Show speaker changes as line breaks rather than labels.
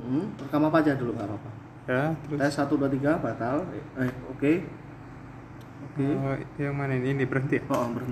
Hmm, rekam apa aja dulu nggak apa-apa.
ya terus
Tes satu dua tiga batal. Eh oke. Oke.
oh, Eh, yang mana ini, ini berhenti ya?
Oh, berhenti.